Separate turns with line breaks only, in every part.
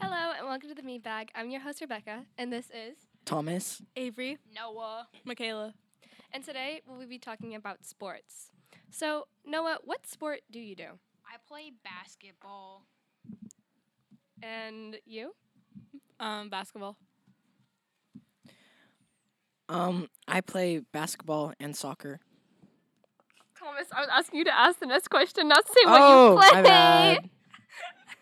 Hello and welcome to the Meat Bag. I'm your host Rebecca, and this is
Thomas.
Avery,
Noah.
Michaela.
and today we will be talking about sports. So Noah, what sport do you do?
I play basketball.
And you?
Um, basketball.
Um, I play basketball and soccer.
Thomas, I was asking you to ask the next question, not to say
Oh, my bad.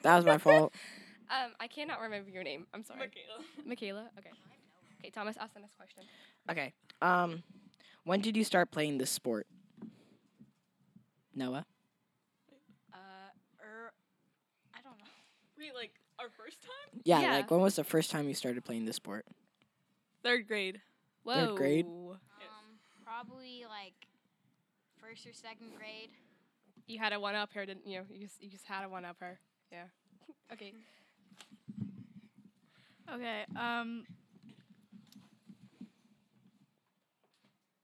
That was my fault.
Um, I cannot remember your name. I'm sorry.
uh,
Michaela. Okay. Okay, Thomas, ask the next question.
Okay. Um, when did you start playing this sport? Noah.
Uh, er, I don't know.
Wait, like our first time?
Yeah,
Yeah.
Like, when was the first time you started playing this sport?
Third grade.
Whoa.
Third grade?
Yes.
Um, probably like first or second grade.
You had a one up her, didn't you? You just, you just had a one up her. Yeah. okay.
Okay. Um.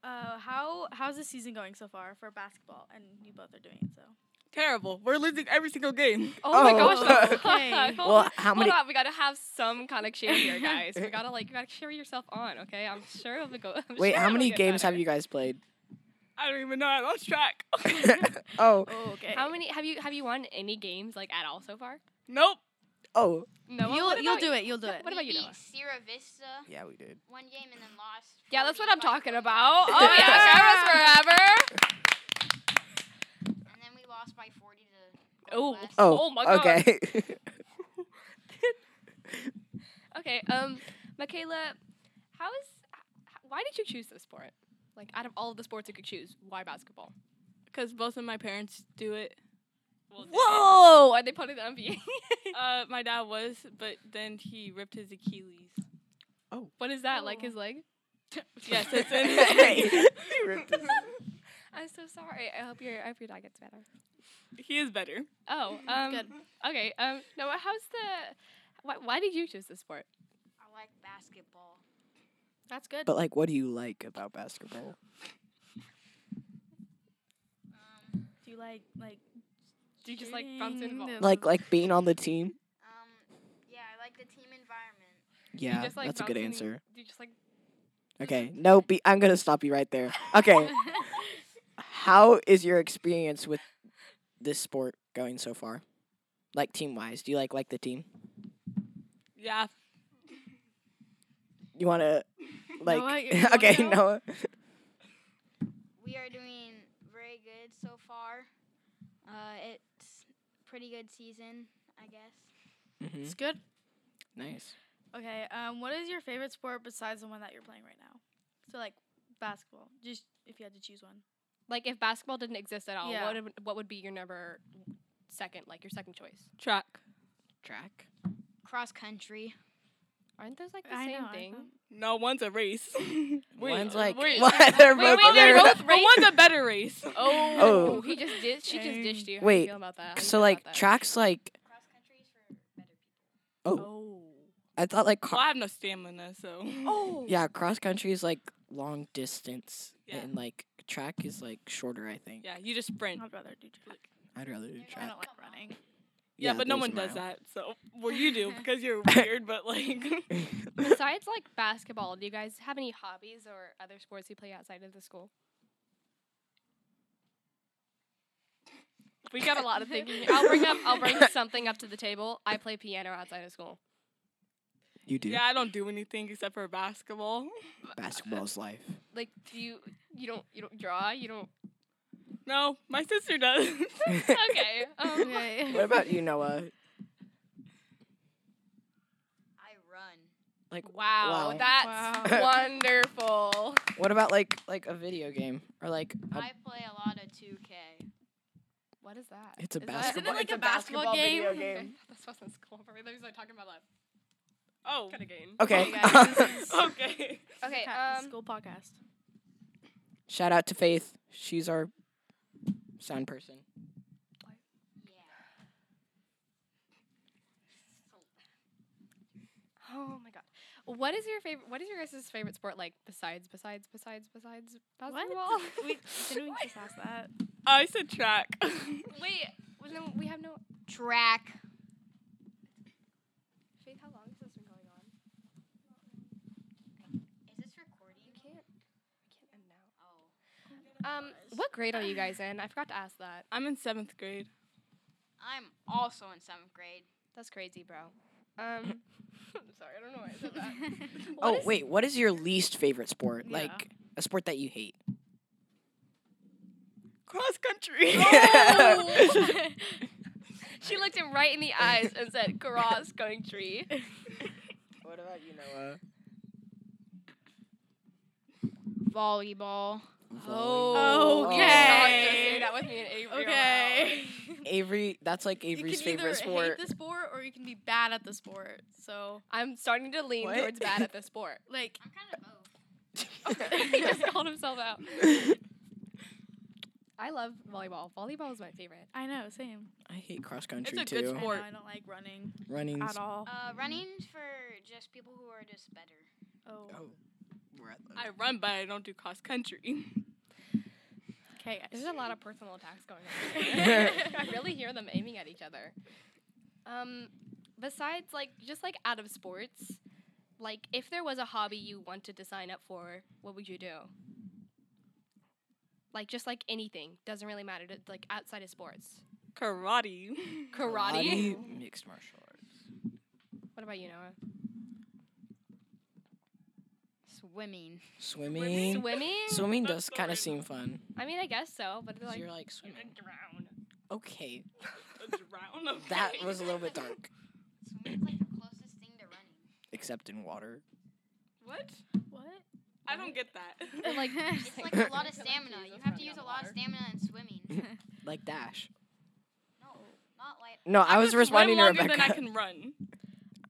Uh, how how's the season going so far for basketball? And you both are doing it, so.
Terrible. We're losing every single game.
Oh, my
Oh,
gosh. That was
okay.
hot. Hold
Well, how
Hold
many?
on, we gotta have some kind of shade here, guys. We gotta like, you gotta carry yourself on, okay? I'm sure it'll go. I'm
Wait,
sure
how
it'll
many
get
games have
better.
you guys played?
I don't even know. I lost track.
oh,
Oh, okay.
How many have you have you won any games like at all so far?
nope.
oh.
No.
you'll you'll do it. You'll do it.
What about you,
We
Noah?
beat Sierra Vista
Yeah, we did.
one game and then lost.
Yeah, that's what I'm
45
talking about. Oh yeah,
Yeah.
cameras forever.
And then we lost by 40 to.
Oh.
Gold West.
Oh,
Oh my God.
Okay.
Okay, um, Michaela, how is h- why did you choose this sport? Like out of all of the sports you could choose, why basketball?
Because both of my parents do it. Well,
Whoa! Are they part of the NBA?
Uh, my dad was, but then he ripped his Achilles.
what is that? Like his leg?
yes, it's in
He ripped his-
I'm so sorry. I hope your I hope your dad gets better.
He is better.
Oh, um,
Good.
okay. Um, Noah, how's the why, why did you choose this sport?
I like basketball.
That's good.
but like, what do you like about basketball?
Um,
Do you like like?
Do you just like bounce
shooting?
involved?
No.
Like, like being on the team.
um, yeah, I like the team environment.
Yeah,
just, like,
that's a good
bouncing the-
answer.
Do you just like
Okay, no, be- I'm gonna stop you right there. Okay, how is your experience with this sport going so far? Like team wise, do you like like the team?
Yeah.
You wanna like
Noah, you- you wanna
okay,
go?
Noah.
We are doing very good so far. Uh, it's pretty good season, I guess.
Mhm,
It's good.
Nice.
Okay. Um, what is your favorite sport besides the one that you're playing right now? So like basketball. Just if you had to choose one.
like if basketball didn't exist at all,
Yeah.
what would, what would be your number second, like your second choice?
Track.
Track.
Cross country.
Aren't those like the
I
same
know, I
thing?
thought-
No, one's a race. wait,
One's like
wait.
what? They're
Wait,
both-
wait, they're
they're-
both
But
race-
one's a better race.
Oh,
Oh.
he just did. She just dished you. How do
Wait,
you feel about that? How do you
So
feel
like
about that?
tracks like
Cross country is for better people.
Oh.
I thought like
Well,
cro-
I have no stamina, so.
Oh.
yeah cross country is like long distance
Yeah.
and like track is like shorter. I think.
Yeah, you just sprint.
Um,
I'd rather do track.
I'd rather do
I
track.
don't like running.
Yeah, but no
there's
one
a
does
mile.
that. So, well, you do because you're weird, but like,
Besides like basketball, do you guys have any hobbies or other sports you play outside of the school? We got a lot of thinking. I'll bring up. I'll bring something up to the table. I play piano outside of school.
You do.
yeah, I don't do anything except for basketball.
Basketball's life.
Like, do you? You don't. You don't draw. You don't.
No, my sister does.
Okay. Um,
Okay.
what about you, Noah?
I run.
Like
wow,
Wow.
that's
Wow.
wonderful.
What about like like a video game or like a,
I play a lot of 2K.
What is that?
it's a
Is that-
basketball?
Isn't it like
it's
a basketball
video
game?
Okay, this wasn't school for me. They're just like talking about that
oh,
kind of game.
Okay.
Okay, guys, this is-
okay.
Okay.
Cat-
Um.
school podcast.
Shout out to Faith. She's our sound person.
Yeah.
Oh my god. What is your favorite? What is your guys' favorite sport like besides besides besides besides basketball?
we didn't we just ask that?
I said track.
Wait. well, No, we have no.
Track.
Faith, how long has this been going on?
Is this recording?
You can't. I can't end now.
Oh.
Um, what grade are you guys in? I forgot to ask that.
I'm in seventh grade.
I'm also in seventh grade.
That's crazy, bro. Um, I'm sorry, I don't know why I said
Uh,
that. What
Oh
is-
wait, what is your least favorite sport?
Yeah.
Like a sport that you hate? Cross
Oh! she looked him right in the eyes and said, "Cross country."
what about you, Noah?
Volleyball.
Oh.
Volleyball.
You cannot
Okay.
just say that with me and Avery. around.
Okay.
Avery, that's like
you can
Avery's
either
favorite sport.
hate the sport or you can be bad at the sport. So
I'm starting to lean
What?
towards bad at this sport.
like
I'm kind of both.
he just called himself out. I love volleyball. Volleyball is my favorite.
I know, same.
I hate cross country
a
too.
good
I, know,
Sport.
I don't like running
Running.
at all.
Uh, running for just people who are just better.
Oh.
Oh, we're at the-
I run, but I don't do cross country.
Okay, guys.
There's a lot of personal attacks going on. here. I really hear them aiming at each other. Um, besides, like, just like out of sports, like, if there was a hobby you wanted to sign up for, what would you do? Like, just like anything. Doesn't really matter. to- Like, outside of sports.
Karate.
Karate.
mixed martial arts.
What about you, Noah?
Swimming.
Swimming.
Swimming?
Swimming
That's
does
so
kind of
random.
seem fun.
I mean, I guess so, but
'Cause
like,
you're like swimming.
drown.
Okay,
drown. Okay.
that was a little bit dark.
Swimming's like the closest thing to running.
Except in water.
What?
what?
I don't get that.
You're like,
It's like a lot of stamina. You have to use a lot of stamina in swimming.
Like dash.
No, not like.
No, I, was
just
responding to
swim longer
Rebecca.
than I can run.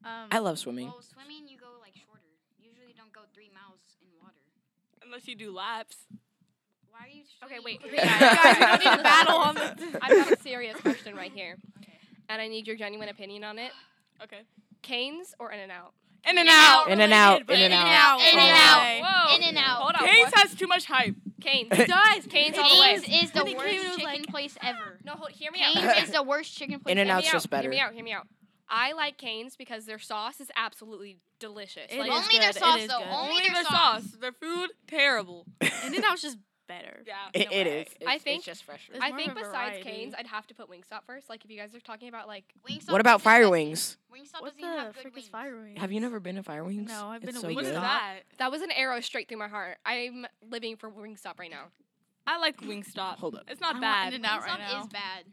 Um,
I love swimming.
Well, swimming you go like shorter. Usually you don't go three miles in water.
Unless you do laps.
Why are you?
Okay,
swimming?
wait.
Okay,
guys,
guys,
we
we don't need to battle on
this. I've got a serious question right here,
Okay.
and I need your genuine opinion on it.
Okay.
Canes or In and Out?
In and out.
In and out, in and
out, in and out.
Whoa.
In and out.
Hold on.
Hayes
what?
has too much hype.
Canes.
Guys,
Canes all the way.
Cane's is the
When he came, it
worst
was
chicken
like,
place ever.
No, hold, hear me out.
Cane's is the worst chicken place.
Hear
In-N-Out's
me
ever.
just
out,
better.
Hear me out. Hear me out. I like Canes because their sauce is absolutely delicious.
It
like,
is.
Only their
good, it
sauce
is
though.
good.
Only
their sauce. Their food terrible.
And then I was just better.
Yeah.
It,
no
it
way.
is.
I think-
just fresher.
There's
I
more
think
of a
besides
variety.
Canes, I'd have to put Wingstop first. Like if you guys are talking about like
Wingstop
What about
doesn't
fire
have-
wings?
Wingstop
What
doesn't even
the
have good
frick is
wings.
fire wings?
Have you never been to fire wings?
No, I've been
It's
to
so
Wingstop.
What is
good.
that?
that was an arrow straight through my heart. I'm living for Wingstop right now.
I like Wingstop.
Hold up.
It's
I
not
want
bad.
In-N-Out. Not right
Wingstop
now.
is bad.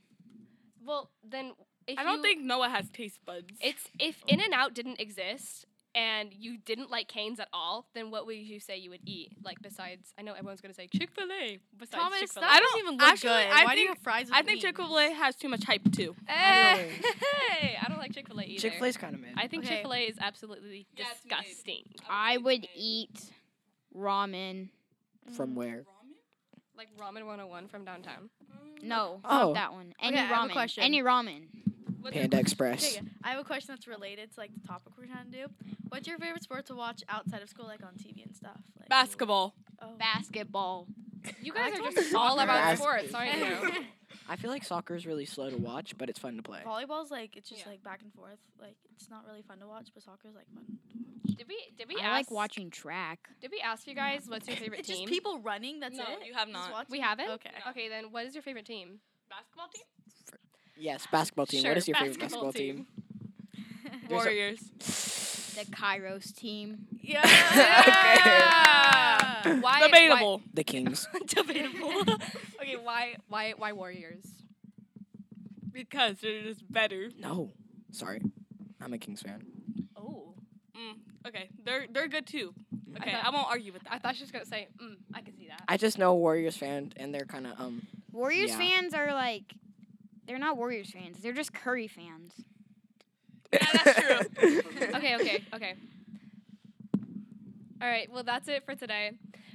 Well, then if
I don't
you-
think Noah has taste buds.
it's if In and Out didn't exist and you didn't like Canes at all, then what would you say you would eat? Like besides, I know everyone's gonna say Chick Fil A. Besides
Thomas,
Chick-fil-A.
that
I
doesn't
don't-
even look
actually,
good.
I
Why do you
think-
have fries with
I think Chick
wings?
Fil A has too much hype too.
Hey,
Really?
hey, I don't like Chick Fil A either.
Chick Fil A's kind of mid.
I think
Okay.
Chick Fil A is absolutely
Yeah, it's mid.
disgusting.
I would eat ramen.
From where?
Like ramen 101 from downtown.
No,
Oh.
not that one. Any
Okay, I
ramen.
have a question.
Any ramen.
Panda
Okay,
Express.
I have a question that's related to like the topic we're trying to do. What's your favorite sport to watch outside of school, like on TV and stuff? Like,
Basketball.
oh.
Basketball.
You
I
guys
like
are
to watch
just all
soccer.
about
Ask
sports,
me.
aren't you?
I feel like soccer is really slow to watch, but it's fun to play.
Volleyball's like it's just
Yeah.
like back and forth. Like it's not really fun to watch, but soccer's like fun.
Did we? Did we
I
ask?
like watching track.
Did we ask you guys what's your favorite
It's
team?
just people running. That's
No,
it.
you have
Just
not.
watching?
we haven't.
Okay.
Okay, then what is your favorite team?
Basketball team?
Yes, basketball team.
Sure,
what is your favorite
basketball
basketball team? There's a-
Warriors.
The Kairos team.
Yeah.
Okay. Why? why-
Debatable.
The Kings.
Debatable. okay, why? Why? Why Warriors?
Because they're just better.
No. Sorry. I'm a Kings fan.
Oh,
Mm, okay. They're they're good too. Okay,
thought-
I won't argue with
I
that.
thought she was gonna say, mm, I can see that.
I just know Warriors fan, and they're kind of um.
Warriors
Yeah.
fans are like, they're not Warriors fans. They're just Curry fans.
Yeah, that's
true.
okay, okay, okay. All right, well, that's it for today.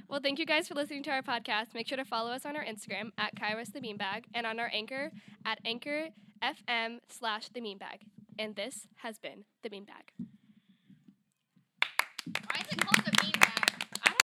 Well, thank you guys for listening to our podcast. Make sure to follow us on our Instagram at Kairos the Beanbag and on our anchor at anchor FM slash the Beanbag. And this has been the Beanbag.